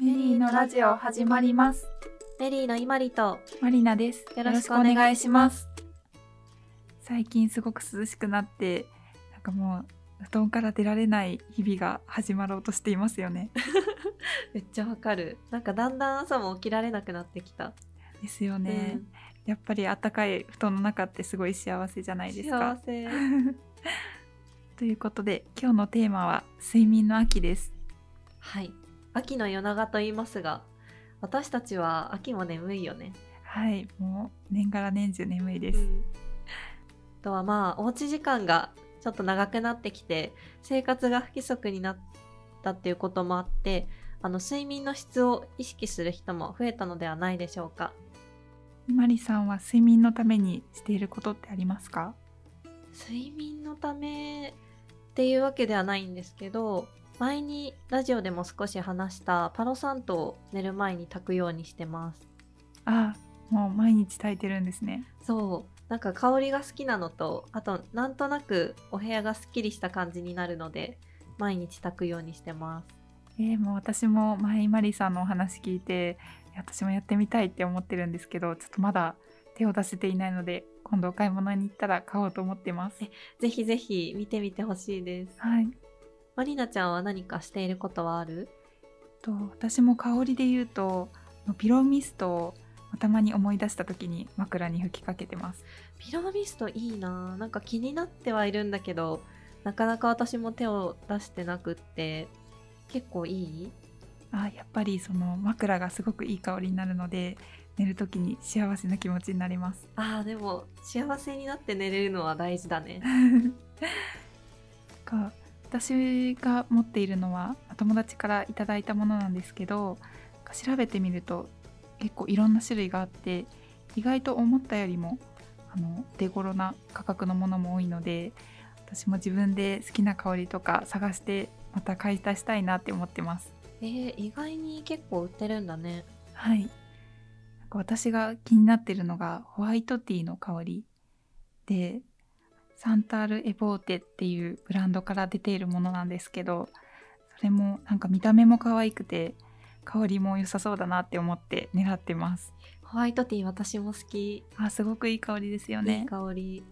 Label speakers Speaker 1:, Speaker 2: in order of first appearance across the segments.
Speaker 1: のラジオ始まります
Speaker 2: メリーのいまりと
Speaker 1: マリナです
Speaker 2: よろしくお願いします
Speaker 1: 最近すごく涼しくなってなんかもう布団から出られない日々が始まろうとしていますよ ね
Speaker 2: めっちゃわかるなんかだんだん朝も起きられなくなってきた
Speaker 1: ですよね、やっぱりあったかい布団の中ってすごい幸せじゃな
Speaker 2: うん
Speaker 1: いです
Speaker 2: 幸
Speaker 1: か
Speaker 2: せ
Speaker 1: ということで今日のテーマは睡眠の秋です
Speaker 2: はい秋の夜長と言いますが私たちは秋も眠いよね
Speaker 1: はいもう年がら年中眠いで
Speaker 2: う
Speaker 1: す、
Speaker 2: んあとはまあおうち時間がちょっと長くなってきて生活が不規則になったっていうこともあってあの睡眠の質を意識する人も増えたのではないでしょうか
Speaker 1: マリさんは睡眠のためにしていることってありますか
Speaker 2: 睡眠のためっていうわけではないんですけど前にラジオでも少し話したパロサントを寝る前に炊くようにしてます
Speaker 1: ああもう毎日炊いてるんですね
Speaker 2: そうなんか香りが好きなのとあとなんとなくお部屋がすっきりした感じになるので毎日炊くようにしてます
Speaker 1: えーもう私も前マリさんのお話聞いていや私もやってみたいって思ってるんですけどちょっとまだ手を出せていないので今度お買い物に行ったら買おうと思ってます
Speaker 2: えぜひぜひ見てみてほしいです。
Speaker 1: はい
Speaker 2: まりなちゃんは何かしていることはある
Speaker 1: と私も香りで言うとあのピローミストをたまに思い出した時に枕に吹きかけてます
Speaker 2: ピローミストいいなぁなんか気になってはいるんだけどなかなか私も手を出してなくって結構いい
Speaker 1: あーやっぱりその枕がすごくいい香りになるので寝る時に幸せな気持ちになります
Speaker 2: あーでも幸せになって寝れるのは大事だね。
Speaker 1: か私が持っているのは友達からいただいたものなんですけどなんか調べてみると結構いろんな種類があって意外と思ったよりもあの手頃な価格のものも多いので私も自分で好きな香りとか探してまた買い足したいなって思ってます。
Speaker 2: えー、意外に結構売ってるんだね。
Speaker 1: はいなんか私が気になってるのがホワイトティーの香りでサンタール・エボーテっていうブランドから出ているものなんですけどそれもなんか見た目も可愛くて香りも良さそうだなって思って狙ってます
Speaker 2: ホワイトティー私も好き。
Speaker 1: あすごくいい香りですよ
Speaker 2: いい
Speaker 1: ね
Speaker 2: 香り。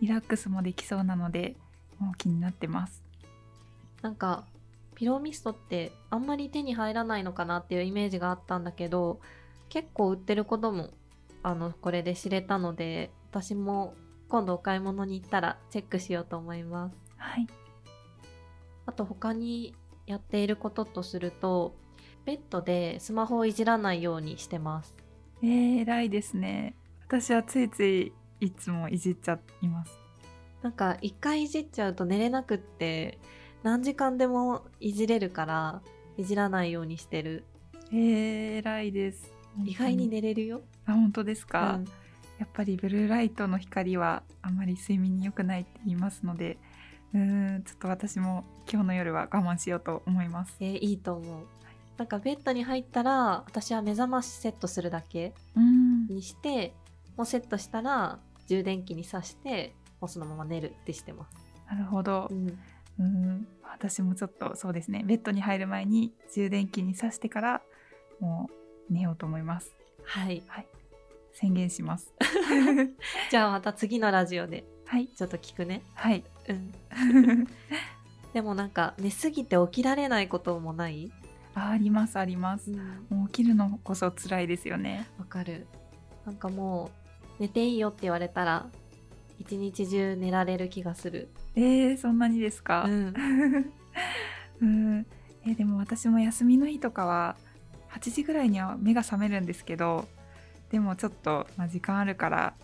Speaker 1: リラックスもできそうなのでもう気になってます
Speaker 2: なんかピローミストってあんまり手に入らないのかなっていうイメージがあったんだけど結構売ってることもあのこれで知れたので私も今度お買い物に行ったらチェックしようと思います
Speaker 1: はい
Speaker 2: あと他にやっていることとするとベッドでスマホをいじらないようにしてます
Speaker 1: えー、偉いですね私はついついいつもいじっちゃいます
Speaker 2: なんか一回いじっちゃうと寝れなくって何時間でもいじれるからいじらないようにしてる
Speaker 1: えー、偉いです
Speaker 2: 意外に寝れるよ、
Speaker 1: あ本当ですか、
Speaker 2: うん
Speaker 1: やっぱりブルーライトの光はあまり睡眠に良くないって言いますのでうーんちょっと私も今日の夜は我慢しようと思います
Speaker 2: えーいいと思う。なんかベッドに入ったら私は目覚ましセットするだけ
Speaker 1: うん
Speaker 2: にしてもうセットしたら充電器に挿してもうそのまま寝るってしてます、
Speaker 1: なるほどうーん私もちょっとそうですねベッドに入る前に充電器に挿してからもう寝ようと思います
Speaker 2: はい
Speaker 1: 宣言します
Speaker 2: じゃあまた次のラジオで
Speaker 1: はい
Speaker 2: ちょっと聞くね
Speaker 1: はい
Speaker 2: うんでもなんか寝すぎて起きられないこともない
Speaker 1: あありますありますもう起きるのこそ辛いですよね
Speaker 2: わかるなんかもう寝ていいよって言われたら一日中寝られる気がする
Speaker 1: えー、そんなにですか、
Speaker 2: ん
Speaker 1: うん、えーでも私も休みの日とかは8時ぐらいには目が覚めるんですけどでもちょっと、まあ、時間あるから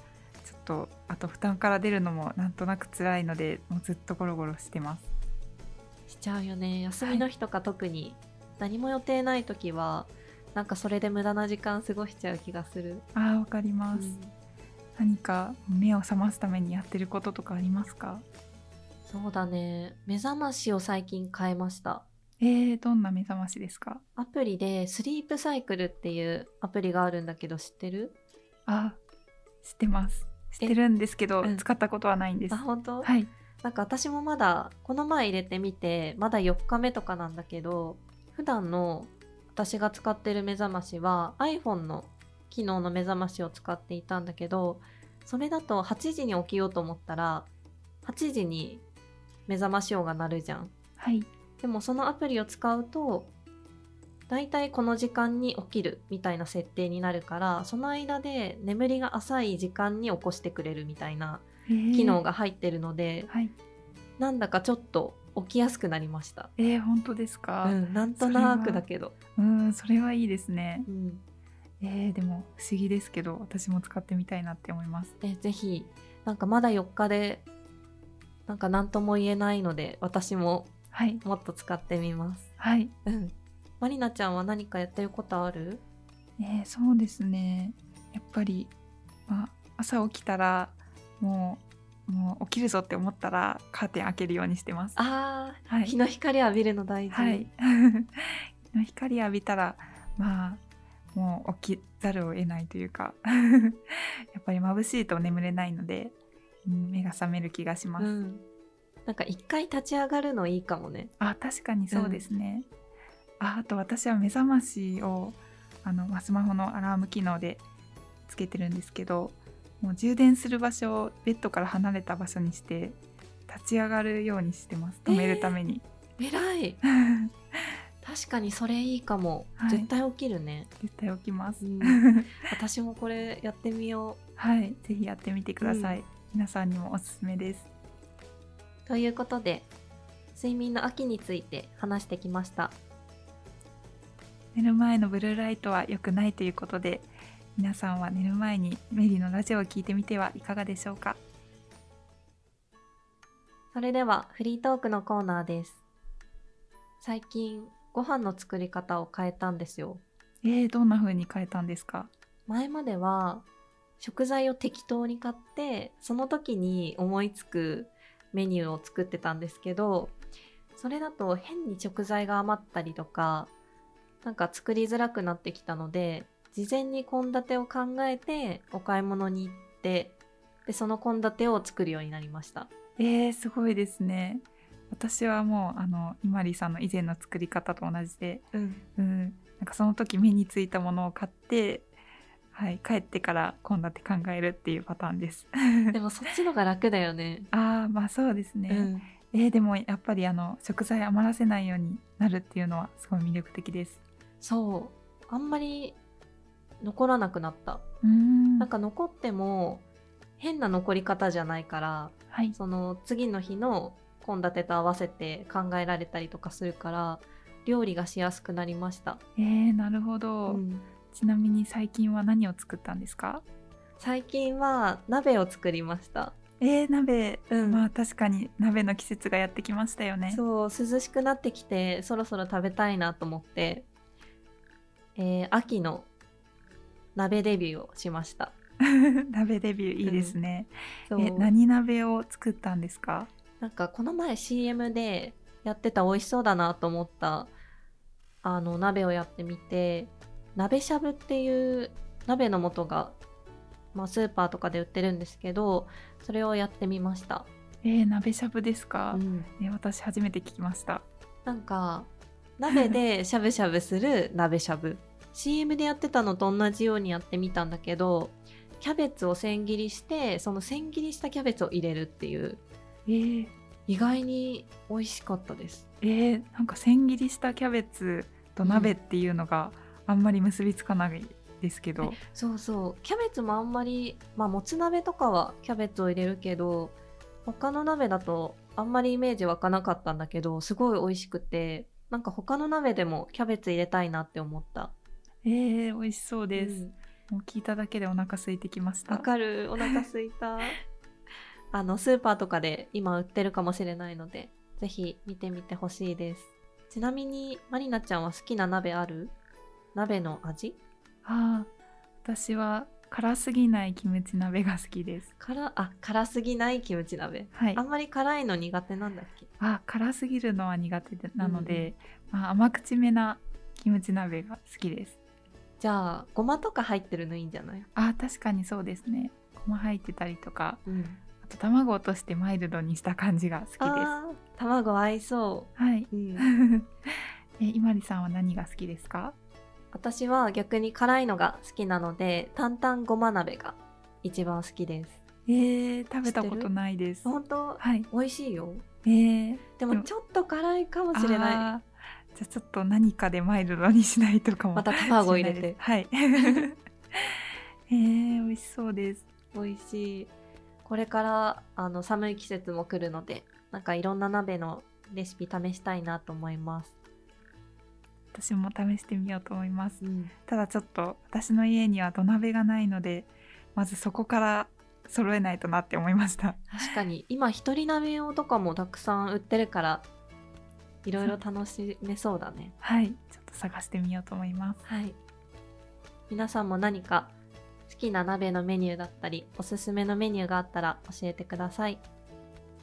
Speaker 1: ちょっとあと負担から出るのもなんとなく辛いのでもうずっとゴロゴロしてます
Speaker 2: しちゃうよね休みの日とか特に、何も予定ない時はなんかそれで無駄な時間過ごしちゃう気がする、
Speaker 1: あーわかります、何か目を覚ますためにやってることとかありますか
Speaker 2: そうだね目覚ましを最近変えました
Speaker 1: えー、どんな目覚ましですか
Speaker 2: アプリでスリープサイクルっていうアプリがあるんだけど知ってる
Speaker 1: あー知ってます知
Speaker 2: え
Speaker 1: ってるんですけど、
Speaker 2: うん
Speaker 1: 使ったことはないんです
Speaker 2: あ本当、
Speaker 1: はい
Speaker 2: なんか私もまだこの前入れてみてまだ4日目とかなんだけど普段の私が使ってる目覚ましは iPhone の機能の目覚ましを使っていたんだけどそれだと8時に起きようと思ったら8時に目覚まし音が鳴るじゃん
Speaker 1: はい
Speaker 2: でもそのアプリを使うとだいたいこの時間に起きるみたいな設定になるからその間で眠りが浅い時間に起こしてくれるみたいな機能
Speaker 1: が
Speaker 2: が入ってるので、
Speaker 1: はい
Speaker 2: なんだかちょっと起きやすくなりました、
Speaker 1: えー、本当ですか
Speaker 2: う、ん、なんとなくだけど、
Speaker 1: うん、それはいいですね
Speaker 2: うん、
Speaker 1: えー、でも不思議ですけど私も使ってみたいなって思います
Speaker 2: えぜひなんかまだ4日でなんか何とも言えないので私も
Speaker 1: はい
Speaker 2: もっと使ってみます
Speaker 1: はい
Speaker 2: うんまりなちゃんは何かやってることある
Speaker 1: えーそうですねやっぱり、まあ、朝起きたらもうもう起きるぞって思ったらカーテン開けるようにしてます
Speaker 2: あー
Speaker 1: はい
Speaker 2: 日の光浴びるの大事、
Speaker 1: はい、 の光浴びたらまあもう起きざるを得ないというか やっぱり眩しいと眠れないのでうん目が覚める気がします、
Speaker 2: うん、なんか一回立ち上がるのいいかもね
Speaker 1: あ確かにそうですね、ああと私は目覚ましをあのまあスマホのアラーム機能でつけてるんですけどもう充電する場所をベッドから離れた場所にして立ち上がるようにしてます
Speaker 2: えー
Speaker 1: 止めるために、
Speaker 2: 偉い確かにそれいいかも、
Speaker 1: はい
Speaker 2: 絶対起きるね、
Speaker 1: 絶対起きます、
Speaker 2: うん 私もこれやってみよ
Speaker 1: はいぜひやってみてください、皆さんにもおすすめです
Speaker 2: うということで睡眠の秋について話してきました
Speaker 1: 寝る前のブルーライトは良くないということで皆さんは寝る前にメリのラジオを聞いてみてはいかがでしょうか
Speaker 2: それではフリートークのコーナーです最近ご飯の作り方を変えたんですよ
Speaker 1: えー、どんな風に変えたんですか
Speaker 2: 前までは食材を適当に買ってその時に思いつくメニューを作ってたんですけどそれだと変に食材が余ったりとかなんか作りづらくなってきたので事前に献立を考えてお買い物に行ってでその献立を作るようになりました
Speaker 1: えー、すごいですね。私はもうあの伊まりさんの以前の作り方と同じで、
Speaker 2: うん
Speaker 1: うん、なんかその時目についたものを買って、はい、帰ってから献立考えるっていうパターンです。
Speaker 2: でもそっちのが楽だよね
Speaker 1: ああ、まあそうです
Speaker 2: う
Speaker 1: ね。
Speaker 2: ん
Speaker 1: えーでもやっぱりあの食材余らせないようになるっていうのはすごい魅力的です。
Speaker 2: そうあんまり残らなくなった
Speaker 1: うーん、
Speaker 2: なんか残っても変な残り方じゃないから
Speaker 1: はい、
Speaker 2: その次の日の献立と合わせて考えられたりとかするから料理がしやすくなりました、
Speaker 1: えー、なるほど、
Speaker 2: うん
Speaker 1: ちなみに最近は何を作ったんですか？
Speaker 2: 最近は鍋を作りました、
Speaker 1: えー、鍋、
Speaker 2: うん
Speaker 1: まあ確かに鍋の季節がやってきましたよね。
Speaker 2: そう涼しくなってきてそろそろ食べたいなと思って、えー秋の鍋デビューをしました
Speaker 1: 鍋デビューいいですね、
Speaker 2: そう
Speaker 1: え何鍋を作ったんですか
Speaker 2: なんかこの前 CM でやってた美味しそうだなと思ったあの鍋をやってみて鍋しゃぶっていう鍋の素が、まあ、スーパーとかで売ってるんですけどそれをやってみました、
Speaker 1: えー鍋しゃぶですか
Speaker 2: う、ん
Speaker 1: えー私初めて聞きました
Speaker 2: なんか鍋で しゃぶしゃぶする鍋しゃぶ CM でやってたのと同じようにやってみたんだけどキャベツを千切りしてその千切りしたキャベツを入れるっていう
Speaker 1: えー、
Speaker 2: 意外に美味しかったです
Speaker 1: えーなんか千切りしたキャベツと鍋っていうのがあんまり結びつかないですけど、
Speaker 2: そうそうキャベツもあんまりまあもつ鍋とかはキャベツを入れるけど他の鍋だとあんまりイメージ湧かなかったんだけどすごい美味しくてなんか他の鍋でもキャベツ入れたいなって思った
Speaker 1: えー美味しそうです、
Speaker 2: うん
Speaker 1: もう聞いただけでお腹空いてきました
Speaker 2: わ、かるお腹すい たあのスーパーとかで今売ってるかもしれないのでぜひ見てみてほしいですちなみにまりなちゃんは好きな鍋ある鍋の味
Speaker 1: あー私は辛すぎないキムチ鍋が好きです
Speaker 2: 辛あ辛すぎないキムチ鍋
Speaker 1: はい
Speaker 2: あんまり辛いの苦手なんだっけ
Speaker 1: あ辛すぎるのは苦手でなので、まあ、甘口めなキムチ鍋が好きです
Speaker 2: じゃあごまとか入ってるのいいんじゃない、
Speaker 1: あ確かにそうですねごま入ってたりとか
Speaker 2: うん、
Speaker 1: あと卵を落としてマイルドにした感じが好きですは
Speaker 2: あー卵合いそ
Speaker 1: い
Speaker 2: う、うん、
Speaker 1: え伊まりさんは何が好きですか
Speaker 2: 私は逆に辛いのが好きなので、担々ごま鍋が一番好きです。
Speaker 1: えー、食べたことないです。
Speaker 2: 本当
Speaker 1: はい。
Speaker 2: 美味しいよ。
Speaker 1: えー、
Speaker 2: で
Speaker 1: で
Speaker 2: も
Speaker 1: も
Speaker 2: ちょっと辛いかもしれない。
Speaker 1: あーじゃあちょっと何かでマイルドにしないとかも。
Speaker 2: また卵入れて。
Speaker 1: はい。 えー、美味しそうです。
Speaker 2: 美味しい。これからあの寒い季節も来るので、なんかいろんな鍋のレシピ試したいなと思います。
Speaker 1: 私も試してみようと思います。
Speaker 2: うん、
Speaker 1: ただちょっと私の家には土鍋がないので、まずそこから揃えないとなって思いました。
Speaker 2: 確かに今一人鍋用とかもたくさん売ってるから、いろいろ楽しめそうだね。
Speaker 1: はい。ちょっと探してみようと思います。
Speaker 2: はい。皆さんも何か好きな鍋のメニューだったり、おすすめのメニューがあったら教えてください。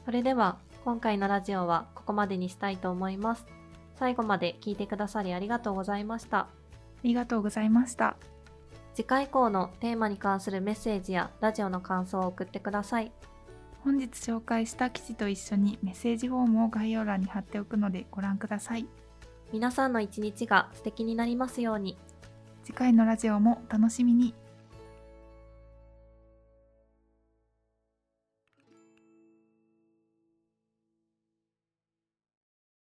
Speaker 2: それでは、今回のラジオはここまでにしたいと思います。最後まで聞いてくださりありがとうございました。
Speaker 1: ありがとうございました。
Speaker 2: 次回以降のテーマに関するメッセージやラジオの感想を送ってください。
Speaker 1: 本日紹介した記事と一緒にメッセージフォームを概要欄に貼っておくのでご覧ください。
Speaker 2: 皆さんの一日が素敵になりますように。
Speaker 1: 次回のラジオもお楽しみに。